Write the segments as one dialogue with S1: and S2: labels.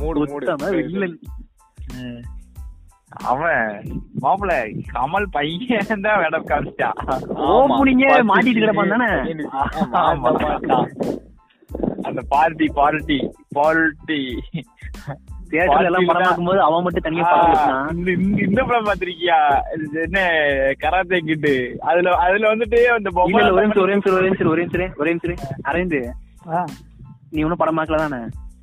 S1: மூடு
S2: ஒத்தாம வெளியில
S1: மூடு
S2: அஹ்
S3: அவன் மாப்பிள்ள கமல் பையன் தான் மேடம் காமிச்சிட்டான்
S1: ஆமா.
S2: ஓப்பனிங்கே
S1: பத்து
S2: மாட்டிட்டு கிடப்பான் தானே
S1: பையனு. ஆமா,
S3: ஆமா.
S1: ஆமா.
S3: அந்த பார்ட்டி பார்ட்டி பார்ட்டி
S2: தியேட்டர்ல எல்லாம் படம் பார்க்கும்போது அவன் மட்டும் தனியா படம் பார்த்தான்.
S3: இந்த படம் பாத்திருக்கியா இது என்ன கராத்தே கிட்டு அதுல அதுல வந்துட்டு அந்த
S2: இல்ல
S3: பொம்மை
S2: இல்ல ஒரே நிமிஷம், ஒரே நிமிஷம் ஒரே நிமிஷம் ஒரே நிமிஷம் ஒரே நிமிஷம் அரவிந்த் நீ ஒன்னும் படம் பார்க்கல தானே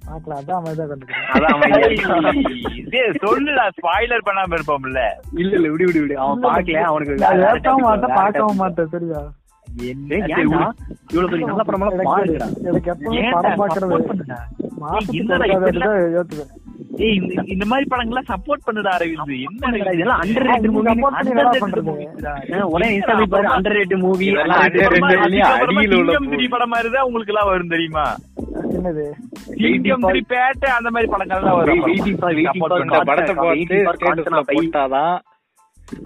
S4: பார்க்கலாம் அதான் அவன் தான் கண்டுக்கிறேன்
S2: அதான் அவன்
S3: டேய், சொல்லுடா ஸ்பாயிலர் பண்ணாம இருப்போம்ல
S2: இல்ல இல்ல விடு விடு விடு அவன் பார்க்கல அவனுக்கு வேற
S4: நான்
S2: topic
S4: ஏற்கவும் மாட்டேன்
S2: வேற
S4: பார்க்கவும்
S2: topic.
S4: மாட்டேன் சரியா
S2: ஏய், ஏன்டா? இவ்வளவு பெரிய நல்ல படம் எல்லாம் பாருங்கடா
S4: எனக்கு- எனக்கு எப்பவும்
S3: ஏன்டா
S4: படம் பாக்குறது
S3: support பண்ணுடா?
S4: மாசத்துக்கு
S3: இல்லடா,
S4: ஒருக்கா
S3: இப்படிலாம்
S4: தான் ஏத்துவேன்
S3: ஏய் இந்த- இந்த மாதிரி படங்கள்லாம் சப்போர்ட் பண்ணுடா அரவிந்த் என்ன
S2: என்னடா இதெல்லாம் underrated movie,
S4: support பண்ணி என்னடா
S2: underrated
S4: பண்றது?
S2: movie டா. ஏன் ஒரே Instagram பாரு, underrated movie,
S1: இதெல்லாம்
S2: எல்லாம்
S1: underrated
S2: underrated
S1: movie.
S2: movie.
S1: வெளியே அடியில உள்ள
S3: சிங்கம் திரி
S1: போகுது.
S3: படம் மாதிரி தான் உங்களுக்கு எல்லாம் வரும் தெரியுமா
S4: என்னது
S3: சிங்கம் திரி பேட்டை அந்த மாதிரி படங்கள் தான் வரும்
S2: Waiting for- waiting
S3: Support
S2: for
S3: பண்ணு.
S1: இந்த
S2: காத்து,
S1: படத்தை
S2: அவன்
S1: பார்த்து
S2: வீட்டுக்கு பார்த்து
S1: ஸ்டேட்டஸ்ல
S2: காத்துனா பை.
S1: போட்டாதான்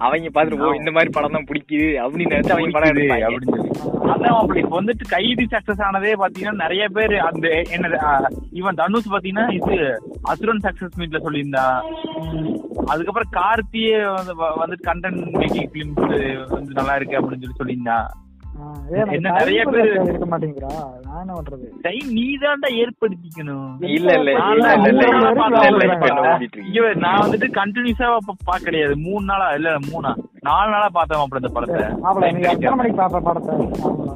S1: அவங்க பாத்துட்டு ஓ இந்த மாதிரி படம் தான் பிடிக்குது அப்படின்னு நினைச்சு அவங்க படம்
S3: பிடிக்குது
S1: எடுப்பாங்க
S3: அப்படின்னு அதான் அப்படி இப்ப வந்துட்டு கைதி சக்சஸ் ஆனதே பாத்தீங்கன்னா நிறைய பேர் அந்த என்னது அஹ், இவன் தனுஷ் பாத்தீங்கன்னா இது அசுரன் சக்சஸ் மீட்ல சொல்லியிருந்தான் அதுக்கப்புறம் கார்த்தியே வந்து வ- வந்துட்டு கண்டென்ட் மேக்கிங் பிலிம்ஸ் வந்து நல்லா இருக்கு அப்படின்னு சொல்லி சொல்லியிருந்தான்
S4: ஆஹ் ஏன்
S3: என்ன
S4: நான்
S3: நிறைய
S4: time
S3: பேரு-
S4: இல்ல, இருக்க மாட்டேங்கிறா நான் என்ன பண்றது
S3: டைம் நீதான்டா ஏற்படுத்திக்கணும்
S1: இல்ல இல்ல
S3: நான்
S1: இல்ல இல்ல இல்ல
S3: மூணு நாளா பாத்து
S1: இல்ல, இல்ல,
S3: வேலை
S1: இப்ப என்ன
S3: பார்த்தேன்.
S1: ஓடிட்டு
S3: இங்க
S1: இருக்கீங்க?
S3: பாரு, நான் வந்துட்டு கண்டினியூஸாவா பா கிடையாது மூணு நாளா இல்ல மூணா நாலு நாளா பார்த்தேன் அப்படி இந்த படத்தை
S4: ஆவல நீ எத்தனை மணிக்கு பாப்ப படத்தை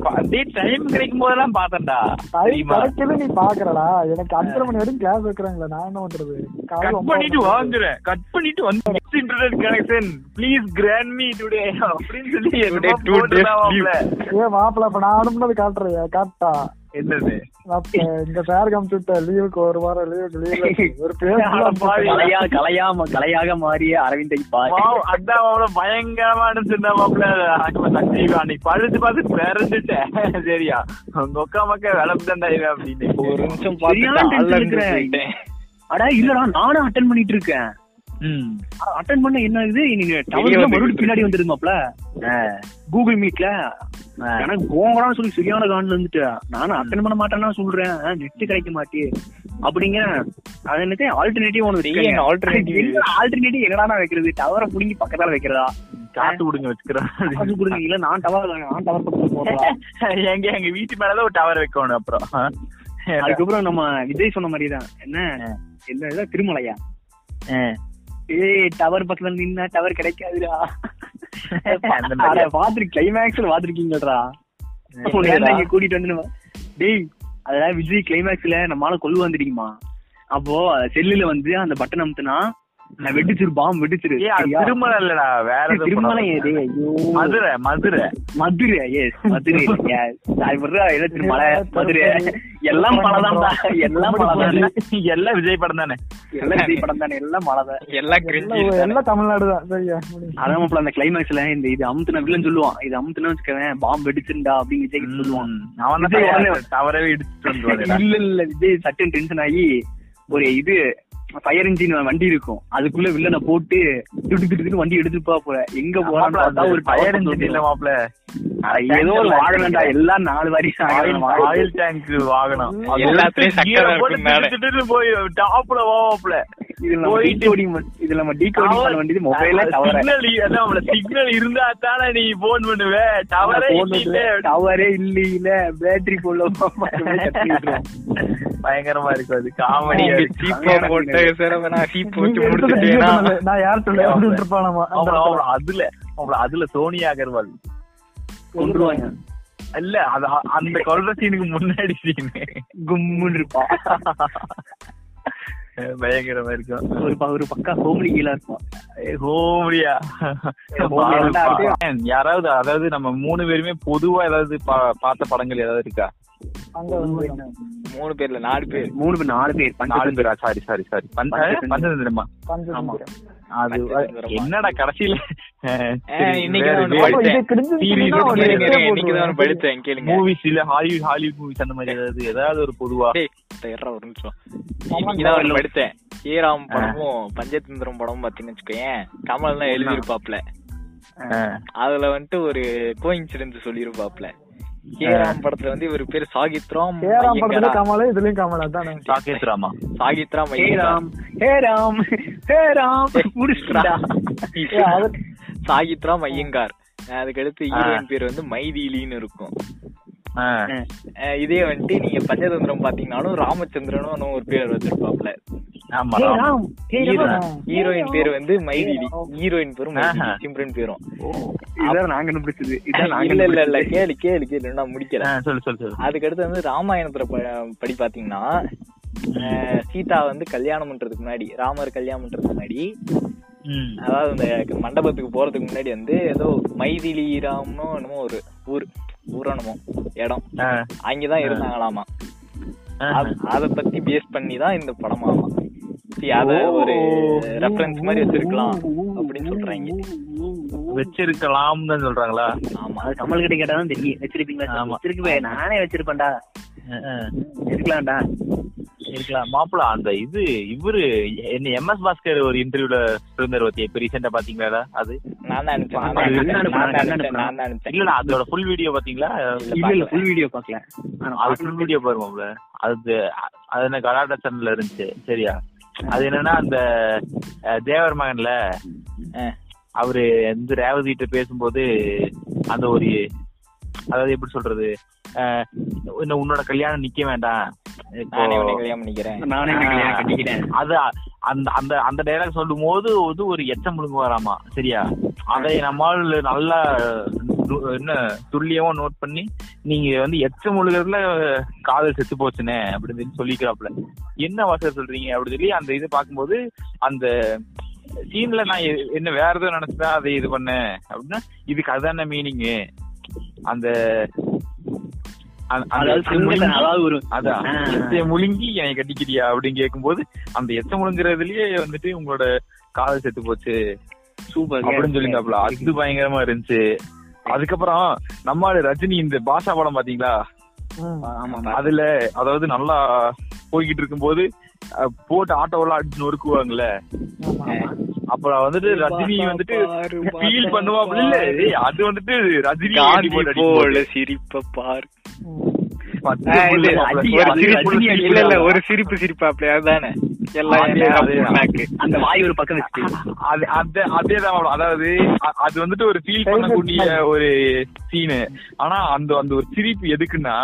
S3: ப- அப்படியே டைம் கிடைக்கும் போதெல்லாம் பார்த்தேன்டா
S4: டைம்
S3: தெரியுமா
S4: கிடைக்கல நீ பாக்குறடா எனக்கு அஞ்சரை மணி வரைக்கும் கிளாஸ் வைக்கிறாங்களே நான் என்ன பண்றது காலையில
S3: கட்
S4: ஒன்பது
S3: பண்ணிட்டு
S4: மணிக்கு.
S3: வாங்குறேன் கட் பண்ணிட்டு வந்து next internet connection please grant me today அப்படின்னு சொல்லி என்னமோ
S1: Today, two days
S3: போட்டுதான்
S1: leave.
S3: வாப்ல.
S4: ஏ மாப்பிள்ள அப்ப நான் அனுப்புனது காட்டுறியா காட்டா
S3: என்னது
S4: அப்ப இந்த பேர் காமிச்சுட்ட லீவுக்கு ஒரு வாரம் லீவுக்கு லீவ்ல ஒரு பேர் full ஆ
S3: அட பாவி.
S4: அனுப்பிச்சு
S2: கலையா- கலையா- கலையாக மாறிய அரவிந்தை பார்.
S3: வாவ், அதான் அவ்வளவு பயங்கரமா இருந்துச்சுன்னா மாப்ள சக்தி அன்னைக்கு பழுத்து பார்த்து பிறந்துட்டேன் சரியா உங்க ஒக்கா மக்க விளம்புதான்டா இவன் அப்படின்னு
S1: ஒரு நிமிஷம்
S2: சரியான
S1: பார்த்துட்டு
S2: tension
S1: அல்லன்னு
S2: இருக்கிறேன்.
S1: சொல்லிட்டேன்.
S2: அடா, இல்லடா, நானும் attend பண்ணிட்டு இருக்கேன்.
S3: ம்.
S2: அ- attend பண்ண என்ன ஆகுது? நீங்க tower
S1: வெளியே
S2: எல்லாம்
S1: வந்து
S2: மறுபடியும் பின்னாடி வந்துருது மாப்ள. Google Meetல. எனக்கு போங்கடான்னு சொல்லி சரியான காண்டில் இருந்துட்டு நானும் அட்டன் பண்ண மாட்டேன்னா சொல்றேன் நெட் கிடைக்க மாட்டே அப்படிங்க அது என்னது ஆல்டர்னேட்டிவ் ஒன்று
S1: நீ என்ன alternative?
S2: ஆல்டர்னேட்டிவ் என்னடா வைக்கிறது டவரை புடிங்கி பக்கத்தால வைக்கிறதா
S3: காத்து கொடுங்க வச்சுக்கிறேன்
S2: அது கொடுங்க இல்ல நான் டவர் நான் டவர் பக்கத்துல போடுறேன்
S3: எங்க எங்க வீட்டு மேலதான் ஒரு டவர் வைக்கணும் அப்புறம்
S2: அதுக்கப்புறம் நம்ம விஜய் சொன்ன மாதிரி தான் என்ன என்ன இதான் திருமலையா
S3: ஆ.
S2: ஏய் டவர் பக்கத்துல நின்னா டவர் கிடைக்காதுடா
S3: அந்த மாதிரி.
S2: பாத்துரு கிளைமேக்ஸ்ல பாத்துருக்கீங்கடா ஏன்டா இங்க கூட்டிட்டு வந்து நம்ம- டேய் அதெல்லாம் விஜய் கிளைமேக்ஸ்ல நம்மளால கொள்ளு வந்துட்டீங்கம்மா அப்போ செல்லுல வந்து அந்த பட்டன் அமுத்துனா நான் வெடிச்சிரு பாம் வெடிச்சிரு
S3: ஏய், அது
S2: சரியா?
S3: திருமலை இல்லடா வேற
S2: ஏய்,
S3: ஏதோ
S2: திருமலை
S3: படம்.
S2: ஏது ஐயோ
S3: மதுரை மதுரை
S2: மதுரை எஸ் மதுரை yes. அது ஒரு இடம் திருமலை மதுரை எல்லாம் மழைதான்டா எல்லாம் மழைதான்
S3: எல்லாம் விஜய் படம் தானே
S2: எல்லாம் விஜய் படம் தானே எல்லாம் மழைதான்
S1: எல்லாம் cringy
S4: எல்லாம்
S1: தானே.
S4: எல்லாம் தமிழ்நாடு தான் சரியா முடிஞ்சு.
S2: அதான் மாப்பிள்ள அந்த கிளைமேக்ஸ்ல இந்த இது அமுத்துன அப்படின்னு சொல்லுவான் இது அமுத்துனா வச்சுக்கவேன் பாம்பு வெடிச்சிருந்தா அப்படின்னு விஜய் கிட்ட சொல்லுவான்
S3: அவன்
S2: விஜய் உடனே
S3: தான் தவறவே இடிச்சுட்டு வந்துருவாருடா.
S2: இல்ல இல்ல விஜய் சட்டன் டென்ஷன் ஆகி ஒரு இது ஃபயர் இன்ஜின் வண்டி இருக்கும் அதுக்குள்ள வில்லனை போட்டு திட்டு திட்டு வண்டி எடுத்துப்பா போற எங்க போறான்னு
S3: மாப்ள, அது
S2: பார்த்தா ஒரு
S3: fire engine இல்ல மாப்ள.
S2: ஏதோ ஒரு வாகனம்டா எல்லாம் நாலு வாரி
S3: Oil-
S2: சாகனம்
S3: oil tank வாகனம். அது
S1: எல்லாத்துலயும்
S3: எடுத்து
S1: சக்கரம்
S3: gear போட்டு
S1: இருக்கும் மேல.
S3: திட்டு திட்டு போய் top ல வா மாப்ள.
S2: இதுல நம்ம
S3: போயிட்டு-
S2: decoding பண்- இதுல நம்ம டீகோடிங் பண்ண வேண்டியது மொபைல டவர
S3: Signal இ- அதான் மாப்ள, signal இருந்தா தானே நீ phone பண்ணுவ. Tower ஏ இல்லையே.
S2: டவரே இல்ல இல்ல பேட்டரி போடலாம்
S3: பயங்கரமா இருக்கு அது காமெடி
S1: நீங்க சீப்பா போட்டு சிறவனா சீப் போட்டு
S4: நீங்க எடுத்தது நீ
S1: முடிச்சுட்டேனா
S4: சொன்னது. நான் யார்கிட்ட
S3: ஆமா.
S4: விளையாடிட்டு இருப்பானாமா அந்த இடத்துல.
S3: அதுல அவங்கள அதுல சோனியா அகர்வால்
S2: கொண்டுருவாங்க
S3: இல்ல அது அ- அந்த கொல்ற சீனுக்கு முன்னாடி சீனு
S2: கும்முன்னு இருப்பா
S3: பயங்கரமா இருக்கும்
S2: ஒரு ப- ஒரு பக்கா ஹோம்லி கீழா இருப்பான்
S3: ஏய், ஹோம்ரியா
S2: ஹோம்ரியா நல்லா இருக்கு.
S3: Man, யாராவது அதாவது நம்ம மூணு பேருமே பொதுவா ஏதாவது பா- பார்த்த படங்கள் ஏதாவது இருக்கா
S4: அங்க வந்து
S1: மூணு பேர்ல நாலு பேர்
S2: மூணு பேர் நாலு பேர்
S3: நாலு
S2: பஞ்சாயத்து
S3: பேரா சாரி சாரி சாரி பஞ்சதந்திரமா
S4: பஞ்சதந்திரம்.
S3: அது
S1: பஞ்சதந்திரமா.
S3: என்னடா கடைசியில
S1: ஏய், இன்னைக்கு நான் ஒண்ணு
S4: அப்ப இது கிழிஞ்சிருச்சுன்னா
S1: சீரியஸ்
S4: ஒரு
S1: கேளுங்க
S4: எக்ஸ்ட்ரா
S1: இன்னைக்கு தான் ஒண்ணு
S4: போட்டுருவேன்.
S1: படித்தேன் கேளுங்க
S3: மூவிஸ் இல்ல ஹாலிவுட் ஹாலிவுட் மூவிஸ் அந்த மாதிரி ஏதாவது ஏதாவது ஒரு பொதுவா
S1: டேய், தர்றா ஒரு நிமிஷம் இன்னைக்கு தான் ஒண்ணு படித்தேன் ஏராம் படமும் பஞ்சதந்திரம் படமும் பாத்தீங்கன்னு வச்சுக்கோயேன் கமல் தான் எழுதியிருப்பாப்ல
S3: ஆ.
S1: அதுல வந்துட்டு ஒரு கோயின்சிடென்ஸ் சொல்லியிருப்பாப்ல கேராம் படத்துல வந்து இவர் பேர் சாகித்ராம்
S4: ஏறாம் படத்துல
S1: ஐயங்காரா.
S4: கமலு இதுலயும் கமலா தானே
S3: சாகேஷ் ராமா
S1: சாகித்ராம்
S2: ஹே
S1: ஐயங்காரா.
S2: ராம் ஹே ராம் ஹே ராம் முடிச்சுடா
S1: சாகித்ராம் ஐயங்கார் அஹ் அதுக்கடுத்து
S3: ஆ.
S1: ஹீரோயின் பேர் வந்து மைதிலின்னு இருக்கும் அஹ் இதே வந்துட்டு நீங்க பஞ்சதந்திரம் பாத்தீங்கன்னாலும் ராமச்சந்திரனும் ஒரு பேர் வச்சிருப்பாப்ல
S3: ஆமா
S2: hey
S3: Rama
S2: Ram hey
S1: hero-
S2: Ram
S1: heroine பேர் வந்து மைதிலி ஹீரோயின் பேரும்
S3: ஆஹா.
S1: சிம்ரன் பேரும்
S2: இதான் Oh. நாங்க கண்டுபிடிச்சது இதான் நாங்க
S1: இல்ல இல்ல இல்ல கேளு கேளு கேளு நான் முடிக்கல
S3: ஆ, சொல்லு சொல்லு சொல்லு
S1: அதுக்கடுத்து வந்து ராமாயணத்துல ப- படி பாத்தீங்கன்னா அஹ் சீதா வந்து கல்யாணம் பண்றதுக்கு முன்னாடி ராமர் கல்யாணம் பண்றதுக்கு முன்னாடி
S3: ம்.
S1: அதாவது இந்த மண்டபத்துக்கு போறதுக்கு முன்னாடி வந்து ஏதோ மைதிலி ராம்னோ என்னமோ ஒரு ஊர் ஊரணமோ இடம்
S3: ஆ,
S1: அங்கதான் இருந்தாங்களாமா
S3: ஆ,
S1: அத- அத பத்தி பேஸ் பண்ணி தான் இந்த படமாமா சரி, அத ஒரு ரெஃபரன்ஸ் மாதிரி வச்சிருக்கலாம்
S2: Oh,
S1: அப்படின்னு சொல்றாங்க
S3: வச்சிருக்கலாம் தான் சொல்றாங்களா
S1: ஆமா
S2: அது கமல் கிட்ட கேட்டா தான் தெரியும் வச்சிருப்பீங்களா
S3: ஆமா.
S2: வச்சிருக்கவே நானே வச்சிருப்பேன்டா
S3: ஆ, ஆ.
S2: இருக்கலாம்டா
S3: இருக்கலாம் மாப்பிள அந்த இது இவரு என்ன எம் எஸ் பாஸ்கர் ஒரு இன்டர்வியூல இருந்தார் பத்தியா இப்ப ரீசெண்டா பாத்தீங்களா அது
S1: நான் தான் அனுப்பிச்சேன் நான்
S2: அது
S1: தான்
S2: என்ன
S1: அனுப்பிச்சேன், நான் தான்
S2: அனுப்புனா?
S1: அனுப்பிச்சேன், நான் தான் அனுப்பிச்சேன்
S3: இல்ல அதோட ஃபுல் வீடியோ பாத்தீங்களா
S2: இல்ல இல்ல ஃபுல் வீடியோ பாக்கல
S3: அது ஃபுல் வீடியோ பாருமாப்ல அது அது என்ன கலாடா சேனல்ல இருந்துச்சு சரியா அது என்னன்னா அந்த அஹ், தேவர் மகன்ல
S1: அஹ்,
S3: அவரு வந்து ரேவதி கிட்ட பேசும்போது அந்த ஒரு அதாவது எப்படி சொல்றது அஹ், இன்னும் உன்னோட கல்யாணம் நிக்க வேண்டாம் இப்போ-
S1: நானே உன்னை கல்யாணம் பண்ணிக்கிறேன்
S2: நானே எனக்கு கல்யாணம் கட்டிக்கிட்டேன்
S3: அது அந்த அந்த அந்த டைலாக் சொல்லும் போது வந்து ஒரு எச்சம் முழுங்கு வராமா சரியா அதை நம்மால் நல்லா நு- என்ன துல்லியமா நோட் பண்ணி நீங்க வந்து எச்சம் முழுகிறதுல காதல் செத்து போச்சுனே அப்படின்னு சொல்லி சொல்லிக்கிறாப்ல என்ன வாசல் சொல்றீங்க அப்படின்னு சொல்லி அந்த இது பார்க்கும்போது அந்த சீன்ல நான் எ- என்ன வேற எதுவும் நினைச்சதா அதை இது பண்ணேன் அப்படின்னா இதுக்கு அதான மீனிங்கு அந்த அந்த- அந்த
S2: அதாவது
S3: எச்சம்
S2: சிங்கத்தை
S3: முழுங்கி-
S2: அதாவது ஒரு
S3: அதான்
S2: ஆ.
S3: எச்சை முழுங்கி என்னை கட்டிக்கிறியா அப்படின்னு கேட்கும்போது அந்த எச்சம் முழுங்குறதுலயே வந்துட்டு உங்களோட காதல் செத்து போச்சு
S2: சூப்பர்
S3: அப்படின்னு சொல்லிருந்தாப்ல அது பயங்கரமா இருந்துச்சு அதுக்கப்புறம் நம்மால ரஜினி இந்த பாஷா படம் பாத்தீங்களா
S4: ம்.
S2: ஆமா
S3: அதுல அதாவது நல்லா போய்கிட்டு இருக்கும்போது அஹ், போட்டு ஆட்டோ எல்லாம் அடிச்சு நொறுக்குவாங்கல்ல
S4: ஆமா, ஆமா.
S3: அப்புறம் வந்துட்டு ரஜினி வந்துட்டு ஃபீல் பண்ணுவாப்ல இல்ல ஏய், அது வந்துட்டு ரஜினி
S1: காந்தி
S3: அடி போட்டு
S1: போல
S3: அடிக்கும்போது
S1: சிரிப்ப பார்
S4: ம்.
S3: பத்து
S1: ஆஹ் இது
S3: புல்லு மாப்ள.
S2: அடி,
S3: ஒரு
S2: அது
S3: சிரிப்பு,
S2: ரஜினி அடி.
S1: இல்ல இல்ல ஒரு சிரிப்பு சிரிப்பு அப்படியே அதானே எல்லாம்
S3: ஆமா,
S1: என்னையா
S3: அதே தான்.
S1: புண்ணாக்கு.
S2: அந்த வாய் ஒரு பக்கம் வச்சுட்டு
S3: அது அது அதேதான் madam. அதாவது அ- அது வந்துட்டு ஒரு ஃபீல் பண்ணக்கூடிய ஒரு சீனு ஆனா அந்த அந்த ஒரு சிரிப்பு எதுக்குன்னா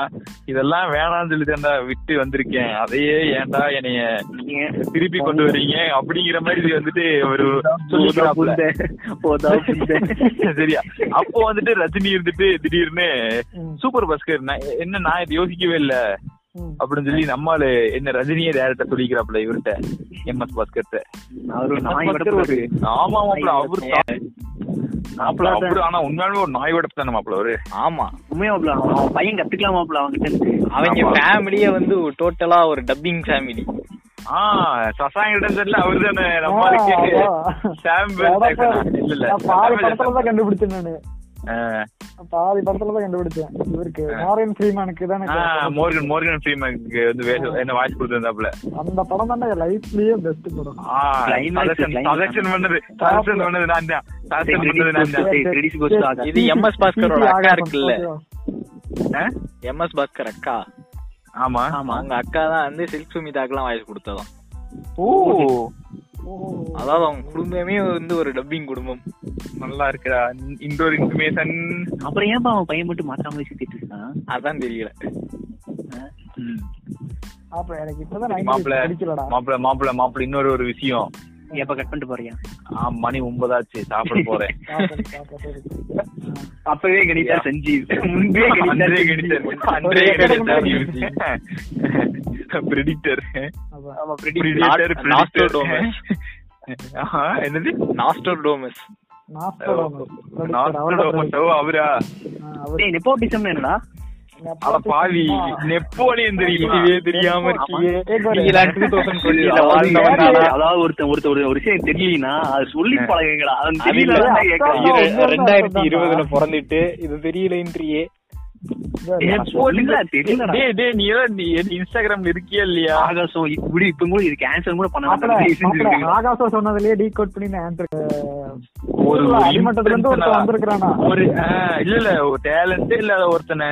S3: இதெல்லாம் வேணாம்னு சொல்லி தான்டா விட்டு வந்திருக்கேன் அதையே ஏன்டா என்னைய திருப்பி கொண்டு வர்றீங்க அப்படிங்கிற மாதிரி இது வந்துட்டு ஒரு
S2: போதா
S3: சொல்லிக்கிறாப்புல.
S2: புந்த போதா புந்த
S3: சரியா அப்போ வந்துட்டு ரஜினி இருந்துட்டு திடீர்னு
S4: ம்.
S3: சூப்பர் பாஸ்கர் நான் என்ன நான் இது யோசிக்கவே இல்ல
S4: ம்.
S3: அப்படின்னு சொல்லி நம்மால என்ன ரஜினியே டேரக்டா சொல்லிக்கிறாப்ல இவர்கிட்ட எம் எஸ் பாஸ்கர்ட்ட
S2: அவர் ஒரு நாய் விட
S3: ஒரு
S2: போறாரு
S3: ஆமா மாப்பிள அவரு தான். மாப்பிள அவரு ஆனா உண்மையாலுமே ஒரு நாய் விட தானே மாப்பிள அவரு
S1: ஆமா
S2: உண்மையாப்ல அவன் பையன் கத்துக்கலாமாப்ல அவன்கிட்ட இருந்து.
S1: அவங்க
S3: ஆமா.
S1: ஃபேமிலியே வந்து டோட்டலா ஒரு டப்பிங் ஃபேமிலி
S3: ஆ சசாங்கிட்ட தெரியல அவரு தானே நம்மளுக்கு
S4: ஆமா.
S3: சாம் பெல்
S4: நான் பாரு-
S3: ஜாக்சன். இல்ல இல்ல
S4: நான் பாதி படத்துல தான் கண்டுபிடிச்சேன் நானு நான் பாதி படத்துல தான் கண்டுபிடிச்சேன் இவருக்கு நாராயண் ஃப்ரீமேனுக்கு தான்
S3: ஆ, மோர்கன் மோர்கன் ஃப்ரீமேனுக்கு வந்து வேஷம் என்ன வாய்ஸ் கொடுத்திருந்தாப்ல
S4: அந்த படம் தான் லைஃப்லயே பெஸ்ட் படம்
S3: ஆ
S2: Climax, climax.
S3: சஜஷன் பண்ணது சஜஷன் பண்ணது நான் தான்
S2: சரி,
S3: சஜஷன் பண்ணது
S2: credits
S3: நான் தான்
S2: goes to- credits goes to Akash.
S1: இது எம் எஸ் பாஸ்கரோட அக்கா இருக்குல்ல
S3: ஆ?
S1: எம் எஸ் பாஸ்கர் அக்கா
S3: ஆமா
S2: ஆமா
S1: அவங்க அக்கா தான் வந்து சில்க் சுமிதாக்கெல்லாம் வாய்ஸ் கொடுத்ததாம்
S3: ஓ
S1: அதாவது அவங்க குடும்பமே வந்து ஒரு டப்பிங் குடும்பம்
S3: நல்லா இருக்குடா இன்டோர் இன்ஃபர்மேஷன்
S2: அப்புறம் ஏன்பா அவன் பையன் மட்டும் மாத்தாம சுத்திட்டு இருக்கான்
S1: அதான் தெரியல
S4: அப்ப எனக்கு இப்பதான் night
S3: மாப்பிள
S4: பிடிக்கலடா
S3: மாப்பிள மாப்பிள மாப்பிள இன்னொரு ஒரு விஷயம்
S2: எப்ப கட் பண்ணிட்டு போறியா
S3: ஆ, மணி ஒன்பதாச்சு சாப்பிட போறேன்
S4: சாப்பிடு, சாப்பிடு.
S2: அப்பவே கணிதா சஞ்சீவ் முன்பே
S3: அன்றே
S2: கணிதா
S3: கணிதர். அன்றே கணிதர். Predictor.
S4: அதான்.
S2: ஆமா
S3: Predator,
S1: Not-
S3: Predictor.
S1: Nostradamus.
S3: ஆஹா, என்னது
S1: நாஸ்டர் டோமஸ்
S4: நாஸ்டோடாமஸ். producer, அவரோட
S3: Nostradamus. ஓ, அவரா
S4: ஆ, அவரு-
S2: நெப்போட்டிசம் என்னடா
S3: அட பாவி நெப்போலியன் தெரியுமா
S1: இதுவே தெரியாம இருக்கியே நீங்களா 2020 ல வாழ்ந்தவன்
S2: அதாவது
S1: தானா?
S2: அதாவது ஒருத்தன் ஒருத்த ஒரு ஒரு விஷயம் தெரியலனா அது சொல்லி பழகுங்களா அவன்
S1: அது இல்ல.
S2: தெரியல
S1: இரு- ரெண்டாயிரத்தி இருபதுல பிறந்துட்டு இது தெரியலன்றியே
S2: இல்ல, தெரியலடா.
S3: டேய் டேய் நீ ஏதோ நீ நீ இன்ஸ்டாகிராம்ல இருக்கியா இல்லையா
S2: ஆகாசம் இப்படி இப்ப கூட இது கேன்சல் கூட பண்ண
S4: மாப்பிள, மாப்பிள,
S2: மாட்டேன்
S4: ஆகாஷா சொன்னதுலயே டீ கோட் பண்ணி நான் ஆன்சர்
S3: ஒரு ஒரு
S4: அடிமட்டத்துல இருந்து ஒருத்தன்
S3: influencer-ஆ.
S4: வந்திருக்கிறானா
S3: ஒரு ஆ, இல்ல இல்ல ஒரு டேலண்டே இல்லாத ஒருத்தனை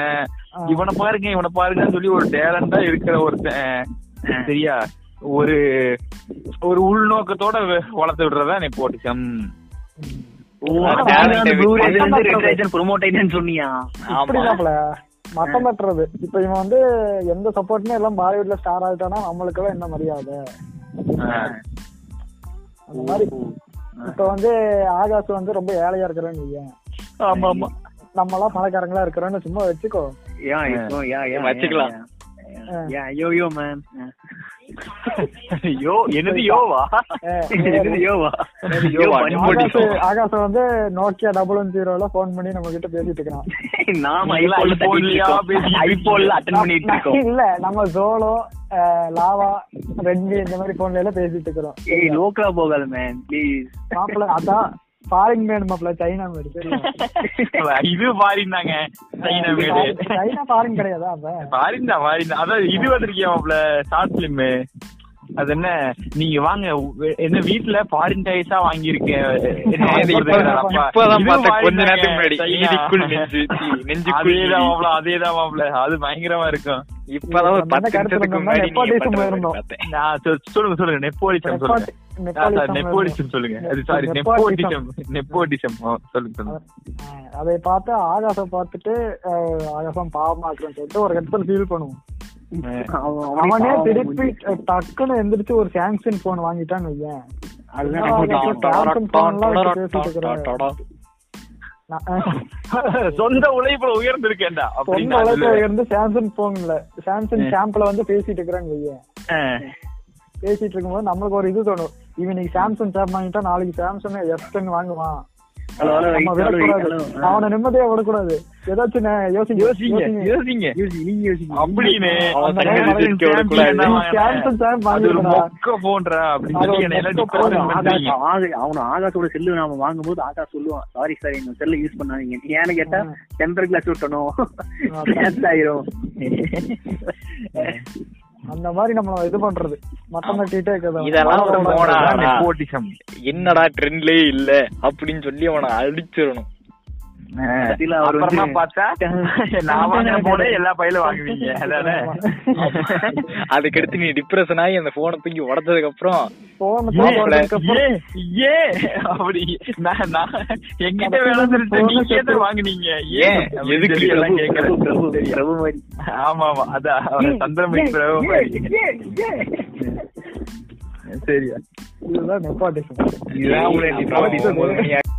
S4: ஆ.
S3: இவனை பாருங்க இவனை பாருங்கன்னு சொல்லி ஒரு டேலண்டா இருக்கிற ஒருத்தன் சரியா ஒரு ஒரு உள்நோக்கத்தோட வெ- வளர்த்து விடுறதான் நெப்போட்டிசம்
S1: ஆமா,
S2: அந்த
S1: ஆமா,
S2: ப்ளூரே
S1: ஆமா,
S2: வந்து
S4: ஆமா.
S2: ரெட்ரேஜன் ப்ரோமோட் ஆயிட்டேன்னு சொன்னியா
S4: இப்படி
S1: ஆமா
S4: மாப்பிள மட்டம் தட்டுறது இப்ப இவன் வந்து எந்த சப்போர்ட்மே எல்லாம் பாலிவுட்ல ஸ்டார் ஆயிட்டானா நம்மளுக்கு எல்லாம் என்ன மரியாதை அந்த மாதிரி இப்ப வந்து ஆகாஷ் வந்து ரொம்ப ஏழையா இருக்கிறேன்னு வையேன்
S3: ஆமா ஆமா
S4: நம்ம எல்லாம் பணக்காரங்களா இருக்கிறோன்னு சும்மா வச்சுக்கோ
S2: யா இப்போ யா யா
S1: வச்சுக்கலாம்.
S2: யா யோ யோ மேன்
S3: யோ என்னது யோவா
S2: இது யோவா யோ
S3: யோவா,
S2: பண்போடி யோ.
S4: ஆகாஷ் வந்து நோக்கியா டபுள் ஒன் ஜீரோல போன் பண்ணி நம்ம கிட்ட பேசிட்டு இருக்கிறான்
S2: நாம
S3: நீங்களா
S2: ஐபோன்ல
S3: iPhone லயா
S2: தட்டிட்டு இருக்கோம்.
S3: பேசிட்டு
S2: ஐபோன்ல அட்டன் பண்ணிட்டு இருக்கோம்
S4: இல்ல நம்ம ஜோலோ லாவா ரெட்மி இந்த மாதிரி போன்ல எல்லாம் பேசிட்டு இருக்கிறோம்
S2: ஏய் லோக்கலா போகாத மேன் ப்ளீஸ்
S4: மாப்பிள அதான் ஃபாரின் மேன் மாப்பிள சைனா மாதிரி
S3: இது பாரிந்தாங்க சைனா மேடு
S4: சைனா ஃபாரின் கிடையாதா அப்ப
S3: பாரிந்தா பாரிந்தா அதான் இது வந்திருக்கியாப்ல ஷார்ட் பிலிம் அது என்ன நீங்க வாங்க உ- என்ன வீட்டுல ஃபாரின் டைஸா வாங்கியிருக்கேன்
S1: இது இப்பதான் இப்பதான் பார்த்தேன் கொஞ்ச நேரத்துக்கு முன்னாடி நீதிக்குள் நெஞ்சு தீ, நெஞ்சுக்குள் நீதி.
S3: அதேதான் மாப்ள அதேதான் மாப்ள அது பயங்கரமா இருக்கும்
S1: இப்பதான் ஒரு
S4: நம்ம
S1: பத்து
S4: கருத்து
S1: நிமிஷத்துக்கு முன்னாடி நீங்க பண்ற
S4: வந்தோம்னா nepotism
S1: மாதிரி
S4: இருந்தோம்.
S1: பார்த்தேன்.
S3: நான் சொ- சொல்லுங்க சொல்லுங்க நெப்போலிசம் சொல்லுங்க நெப்போலிசம் சொல்லுங்க அது சாரி நெப்போலிசம் நெப்போலிசம் சொல்லுங்க சொல்லுங்க
S4: அஹ் அதை பார்த்து ஆகாசம் பார்த்துட்டு அஹ் ஆகாசம் பாவமா இருக்குன்னு சொல்லிட்டு ஒரு இடத்துல ஃபீல் பண்ணுவோம் அவனே திருப்பி அஹ், டக்குன்னு எந்திரிச்சு ஒரு சாம்சங் போன் வாங்கிட்டான்னு வையேன்
S2: அதுதான்
S4: ஆமா,
S2: நமக்கு
S4: ஆமா. சாம்சங் போன்லாம் வச்சு பேசிட்டு இருக்கிறேன். நான், அஹ்,
S3: சொந்த உழைப்புல உயர்ந்திருக்கேன்டா
S4: சொந்த அளவுக்கு இருந்து சாம்சங் போன்ல சாம்சங் சாம்பிள வந்து பேசிட்டு இருக்கிறேன்னு வையேன்
S3: அப்படின்னு
S4: பேசிட்டு இருக்கும்போது நம்மளுக்கு ஒரு இது தோணும் இவன் இன்னைக்கு சாம்சங் சாப் வாங்கிட்டா நாளைக்கு சாம்சங் எஸ் டென் வாங்குவான்
S2: ஹலோ ஹலோ
S4: நம்ம விடக்கூடாது அவனை நிம்மதியா விடக்கூடாது ஏதாச்சும் நான் யோசிக்க
S3: யோசிங்க
S4: யோசிங்க.
S3: யோசிங்க
S2: நீங்க யோசிங்க
S3: அப்படின்னு
S4: அவன்
S3: அவன்
S4: தனியா
S3: தனியா
S1: இருக்க ஒரு
S3: champion
S1: குழாய்.
S3: ஆ
S4: நீ
S3: வாங்கினேன்.
S4: சாம்சங் சாப்
S3: அது ஒரு
S4: வாங்கிடுறா
S3: மொக்க போன்ற அப்படின்னு
S4: அது
S3: சொல்லி
S4: ஒரு
S3: என்னை எல்லாத்தையும்
S4: மொக்க போன்.
S3: பிரச்சனை பண்றீங்க.
S2: அவன ஆகாஷோட செல்லு நாம வாங்கும்போது ஆகாஷ் சொல்லுவான் சாரி சார் இந்த செல்ல யூஸ் பண்ணாதீங்க ஏன்னு கேட்டா டெம்பர் கிளாஸ் விட்டணும் Blast ஆயிரும்
S4: அந்த மாதிரி நம்ம இது பண்றது மட்டம் தட்டிட்டே இருக்கிறது
S1: இதெல்லாம் ஒரு போனா
S3: அதான் nepotism.
S1: என்னடா ட்ரெண்ட்லயே இல்ல அப்படின்னு சொல்லி அவனை அடிச்சிடணும்
S2: கடைசியில அவர் வந்து-
S3: அப்புறமா பார்த்தா, நான் வாங்கின phone ஐ எல்லா பையிலும் வாங்குவீங்க. அதானே?
S1: அதுக்கடுத்து நீ டிப்ரெஷன் ஆகி அந்த போனை தூக்கி உடைச்சதுக்கு அப்புறம்
S4: போன
S1: மாப்பிளை,
S3: ஏன், ஏன் அப்படி நான் நான் என்கிட்ட வேலை செஞ்சு நீங்க ஏன் இதை வாங்குனீங்க? ஏன்
S1: ஏன்?
S3: அப்படின்னு
S1: எதுக்கு?
S3: சொல்லி எல்லாம்
S2: பிரபு,
S3: கேட்கறேன்.
S2: பிரபு, பிரபு, பிரபு மாதிரி.
S3: ஆமா ஆமா அதான் அவன் சந்திரமுகி பிரபு மாதிரி. சரியா
S4: இதுதான் நெப்பாட்டிசம்
S1: இதுதான் உன்னுடைய
S3: அப்படி
S1: நிப்பாட்டிசம்.